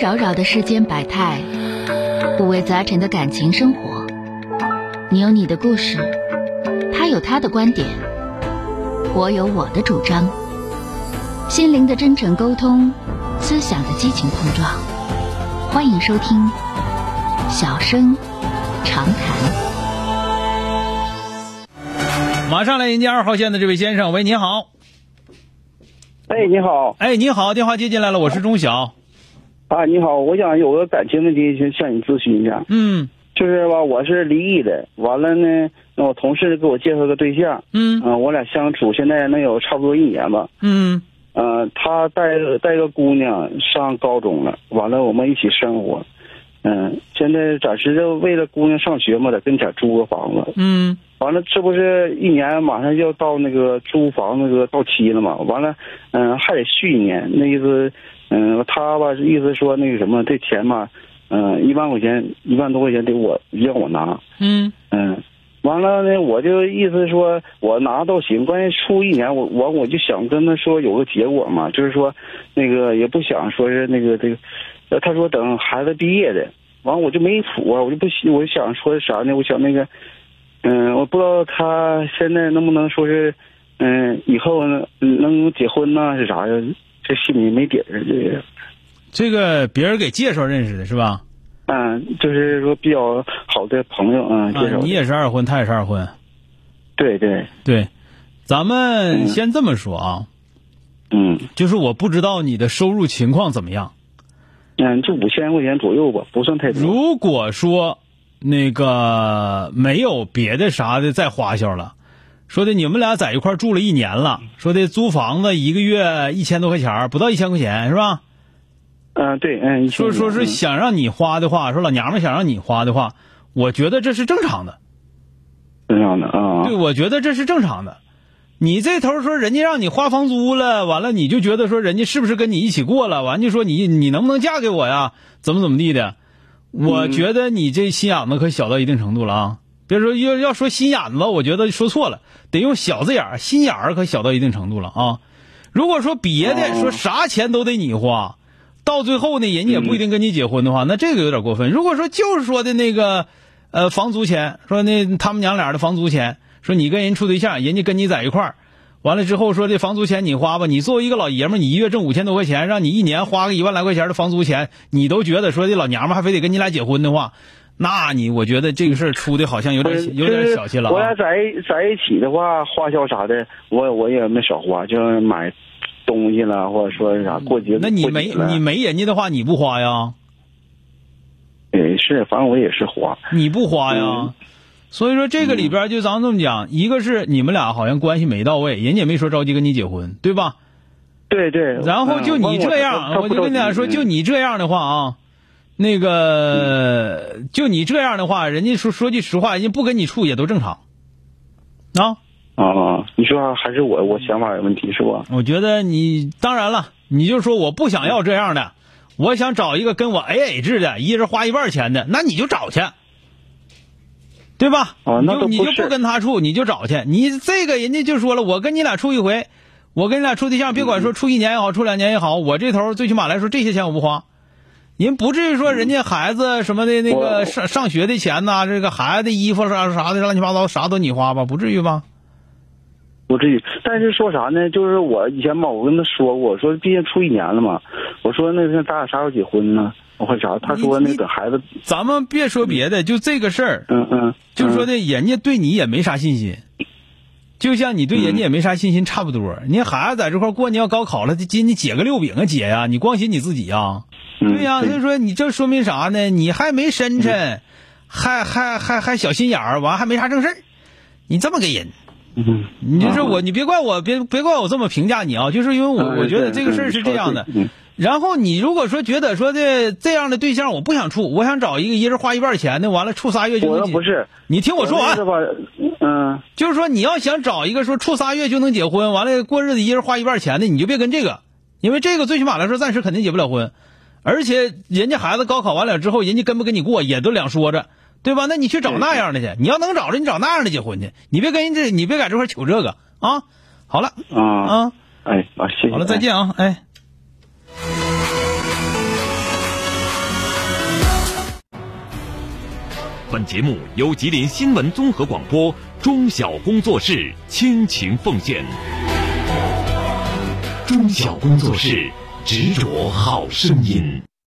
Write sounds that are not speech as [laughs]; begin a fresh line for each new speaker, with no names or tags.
扰扰的世间百态，五味杂陈的感情生活。你有你的故事，他有他的观点，我有我的主张。心灵的真诚沟通，思想的激情碰撞。欢迎收听《小声长谈》。
马上来迎接二号线的这位先生，喂，你好，
哎，你好
哎，你好，电话接进来了，我是钟晓，
啊，你好，我想有个感情问题，就向你咨询一下。
嗯
就是吧，我是离异的，完了呢，那我同事给我介绍个对象，
嗯
嗯、我俩相处现在能有差不多一年吧。
嗯
嗯、他带个带个姑娘上高中了，完了我们一起生活。嗯，现在暂时就为了姑娘上学嘛，在跟前租个房子。
嗯
完了，这不是一年马上就要到那个租房那个到期了嘛？完了，嗯、还得续一年。那意思，嗯、他吧意思说那个什么，这钱吧，嗯、一万块钱，一万多块钱得我让我拿，
嗯
嗯。完了呢，我就意思说，我拿都行，关键出一年，我我我就想跟他说有个结果嘛，就是说，那个也不想说是那个这个，呃，他说等孩子毕业的，完我就没谱啊，我就不信我想说啥呢？我想那个，嗯、我不知道他现在能不能说是，嗯、以后呢能结婚呐、是啥呀？这心里没底儿，这个，
这个别人给介绍认识的是吧？
嗯，就是说比较好的朋友，嗯，介
啊
绍，的，
你也是二婚，他也是二婚，
对对，
对，咱们
嗯
先这么说啊，
嗯
就是我不知道你的收入情况怎么样。
嗯，就五千块钱左右吧，不算太多。
如果说那个没有别的啥的再花销了，说的你们俩在一块儿住了一年了，说的租房子一个月一千多块钱儿，不到一千块钱是吧？
嗯，对，嗯，
说说是想让你花的话，说老娘们想让你花的话，我觉得这是正常的。
这样的啊
对，，我觉得这是正常的。你这头说人家让你花房租了，完了你就觉得说人家是不是跟你一起过了，完就说你你能不能嫁给我呀？怎么怎么地的？我觉得你这心眼子可小到一定程度了啊！别说要要说心眼子，我觉得说错了，得用小字眼儿，心眼儿可小到一定程度了啊！如果说别的
哦
说啥钱都得你花，到最后呢，人家也不一定跟你结婚的
嗯
话，那这个有点过分。如果说就是说的那个，呃，房租钱，说那他们娘俩的房租钱，说你跟人处对象，人家跟你在一块儿，完了之后说这房租钱你花吧，你作为一个老爷们儿，你一月挣五千多块钱，让你一年花个一万来块钱的房租钱，你都觉得说这老娘们儿还非得跟你俩结婚的话，那你我觉得这个事儿出的好像有
不呃是
点有点小气了、
我俩
啊。
在一在一起的话，花销啥的，我我也没少花，就是买东西了，或者说是啥过节。
嗯那你
过节
没
了
你没人家的话，你不花呀？
也是，反正我也是花。 [laughs]
你不花呀？
嗯
所以说这个里边儿就咱们这么讲，一个是你们俩好像关系没到位，人家也没说着急跟你结婚，对吧？
对对。
然后就
嗯
你这样，
我
我就跟你俩
嗯
说，就。你这样的话啊，那个、就你这样的话，人家说说句实话，人家不跟你处也都正常。啊，
他不着急嗯啊，你说还是我我想法有问题是吧？
我觉得你当然了，你就说我不想要这样的，我想找一个跟我 A A 制的，一人花一半钱的，那你就找去，对吧？
啊
你
那
就
都
你
不
就是不跟他处，你就找去。你这个人家就说了，我跟你俩处一回，我跟你俩处对象，别
嗯
管说处一年也好，处两年也好，我这头最起码来说这些钱我不花。人不至于说人家孩子什么的那个
我
上上学的钱呐、这个孩子衣服啥啥的乱七八糟啥都你花吧，不至于吧？
不至于，但是说啥呢？就是我以前吧，我跟他说过，我说毕竟处一年了嘛，我说那是咱俩啥时候结婚呢？我说啥？他说
你
那
你
个孩子，
咱们别说别的，就这个事儿，
嗯嗯，
就说
嗯
的人家对你也没啥信心，就像你对
嗯
人家也没啥信心差不多。你孩子在这块儿过年要高考了，今你解个六饼啊姐呀、你光寻你自己呀、
嗯
对呀、所以说你这说明啥呢？你还没深
嗯
沉，还还还还小心眼儿，完还没啥正事儿，你这么个人，
嗯，
你就是我，你别怪我，别别怪我这么评价你啊，就是因为我
嗯
我觉得
对
这个事儿
嗯
是这样的
说得对嗯。
然后你如果说觉得说的这样的对象我不想处，我想找一个一人花一半钱的，完了处仨月就
我
能
要
结
不是，
你听我说啊
那
完
意思，吧，嗯
就是说你要想找一个说处仨月就能结婚，完了过日子一人花一半钱的，你就别跟这个，因为这个最起码来说暂时肯定结不了婚，而且人家孩子高考完了之后，人家跟不跟你过也都两说着，对吧？那你去找那样的去，你要能找着，你找那样的结婚去，你别跟人这，你别在这块求这个啊。好了
啊，
啊，
哎，啊，谢谢，
好了，再见啊，哎。
本节目由吉林新闻综合广播中小工作室倾情奉献。中小工作室执着好声音。